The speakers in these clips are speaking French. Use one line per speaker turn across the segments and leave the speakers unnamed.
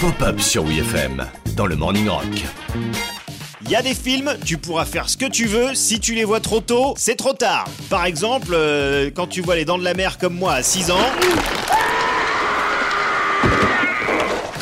Pop-up sur WFM dans le Morning Rock.
Il y a des films, tu pourras faire ce que tu veux, si tu les vois trop tôt, c'est trop tard. Par exemple, euh, quand tu vois Les Dents de la Mer comme moi à 6 ans...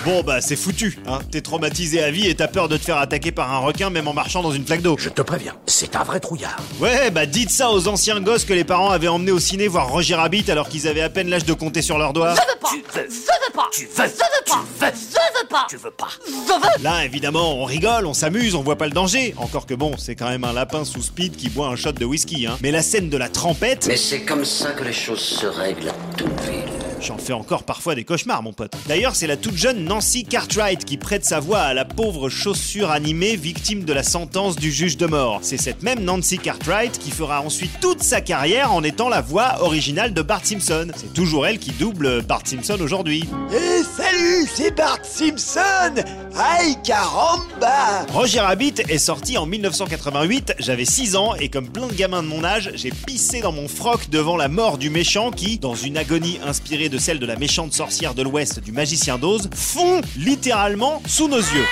Bon bah c'est foutu, hein. T'es traumatisé à vie et t'as peur de te faire attaquer par un requin même en marchant dans une flaque d'eau.
Je te préviens, c'est un vrai trouillard.
Ouais, bah dites ça aux anciens gosses que les parents avaient emmenés au ciné voir Roger Rabbit alors qu'ils avaient à peine l'âge de compter sur leurs doigts.
Je veux pas.
Tu veux,
Je veux pas.
tu veux,
Je veux
tu
pas.
veux,
Je veux pas.
tu veux pas.
Je veux.
Là, évidemment, on rigole, on s'amuse, on voit pas le danger. Encore que bon, c'est quand même un lapin sous speed qui boit un shot de whisky, hein. Mais la scène de la trempette,
Mais c'est comme ça que les choses se règlent à Toonville.
j'en fais encore parfois des cauchemars, mon pote. D'ailleurs, c'est la toute jeune Nancy Cartwright qui prête sa voix à la pauvre chaussure animée victime de la sentence du juge de mort. C'est cette même Nancy Cartwright qui fera ensuite toute sa carrière en étant la voix originale de Bart Simpson. C'est toujours elle qui double Bart Simpson aujourd'hui.
Eh salut, c'est Bart Simpson Aïe caramba
Roger Rabbit est sorti en 1988, j'avais 6 ans et comme plein de gamins de mon âge, j'ai pissé dans mon froc devant la mort du méchant qui, dans une agonie inspirée de celle de la méchante sorcière de l'Ouest du magicien d'Oz, fond littéralement sous nos yeux.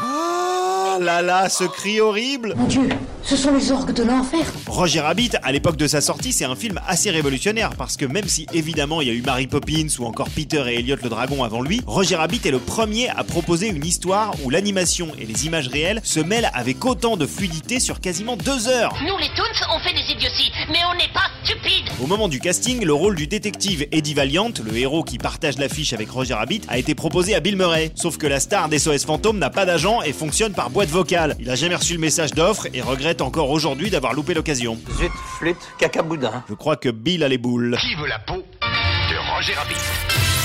Ah Là là, ce cri horrible
Mon Dieu, ce sont les orgues de l'enfer.
Roger Rabbit, à l'époque de sa sortie, c'est un film assez révolutionnaire parce que même si évidemment il y a eu Mary Poppins ou encore Peter et Elliot le dragon avant lui, Roger Rabbit est le premier à proposer une histoire où l'animation et les images réelles se mêlent avec autant de fluidité sur quasiment deux heures.
Nous les Toons, on fait des idioties, mais on n'est pas stupides
Au moment du casting, le rôle du détective Eddie Valiant, le héros qui partage l'affiche avec Roger Rabbit, a été proposé à Bill Murray. Sauf que la star des SOS Fantômes n'a pas d'agent et fonctionne par boîte vocale. Il a jamais reçu le message d'offre et regrette encore aujourd'hui d'avoir loupé l'occasion.
Zut, flûte, cacaboudin.
Je crois que Bill a les boules.
Qui veut la peau de Roger Rabbit